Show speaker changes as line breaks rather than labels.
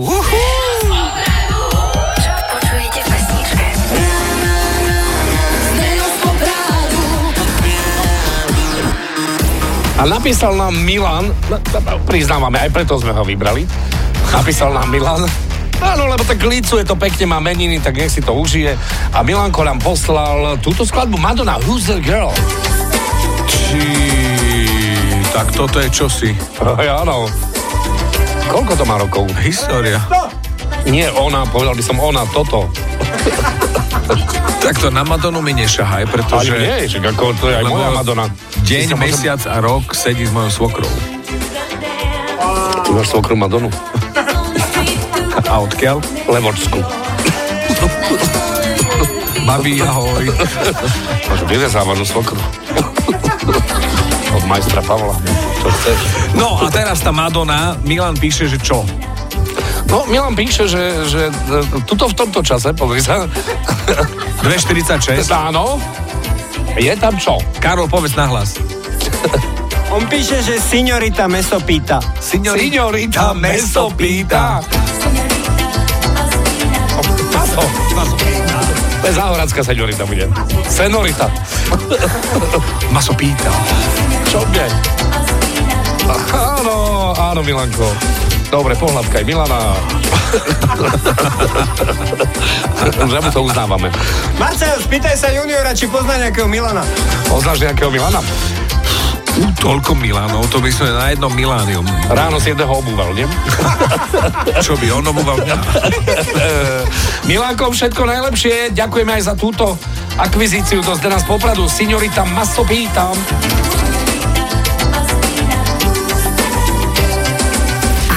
Uhu.
Čo počujete v pesničke?
A napísal nám Milan, no, no, no, priznávame, aj preto sme ho vybrali, napísal nám Milan, áno, lebo tak licuje to pekne, má meniny, tak nech si to užije. A Milanko nám poslal túto skladbu Madonna, Who's the Girl?
Či... Tak toto je čosi.
Aj, áno. Koľko to má rokov?
História.
Nie ona, povedal by som ona, toto.
Takto na Madonu mi nešahaj,
Ale
pretože...
nie, že ako to je aj
lebo
moja Madonna.
Deň,
Ty sa môžem-
mesiac a rok sedí s mojou svokrou.
Ty máš svokru Madonu?
A odkiaľ?
Levočsku.
Babi, ahoj.
Máš vyrezávanú svokru. Od majstra Pavla. Čo chceš?
No a teraz tá Madonna, Milan píše, že čo?
No, Milan píše, že, že e, tuto v tomto čase, pozri sa,
2,46.
áno, je tam čo?
Karol, povedz nahlas.
On píše, že signorita mesopýta.
Signorita meso pýta. Paso. To je záhoradská senorita bude. Senorita.
Maso pýta.
Čo bude? Áno, áno, Milanko. Dobre, pohľadkaj Milana. Že mu to uznávame.
Marcel, spýtaj sa juniora, či pozná nejakého Milana.
Oznáš nejakého Milana?
U, toľko Milánov, to by sme na jednom Milánium.
Ráno si jedného obúval, nie?
Čo by ono bol mňa?
Milanko, všetko najlepšie. Ďakujeme aj za túto akvizíciu. To zde nás popradu. Signorita Masopítam.
A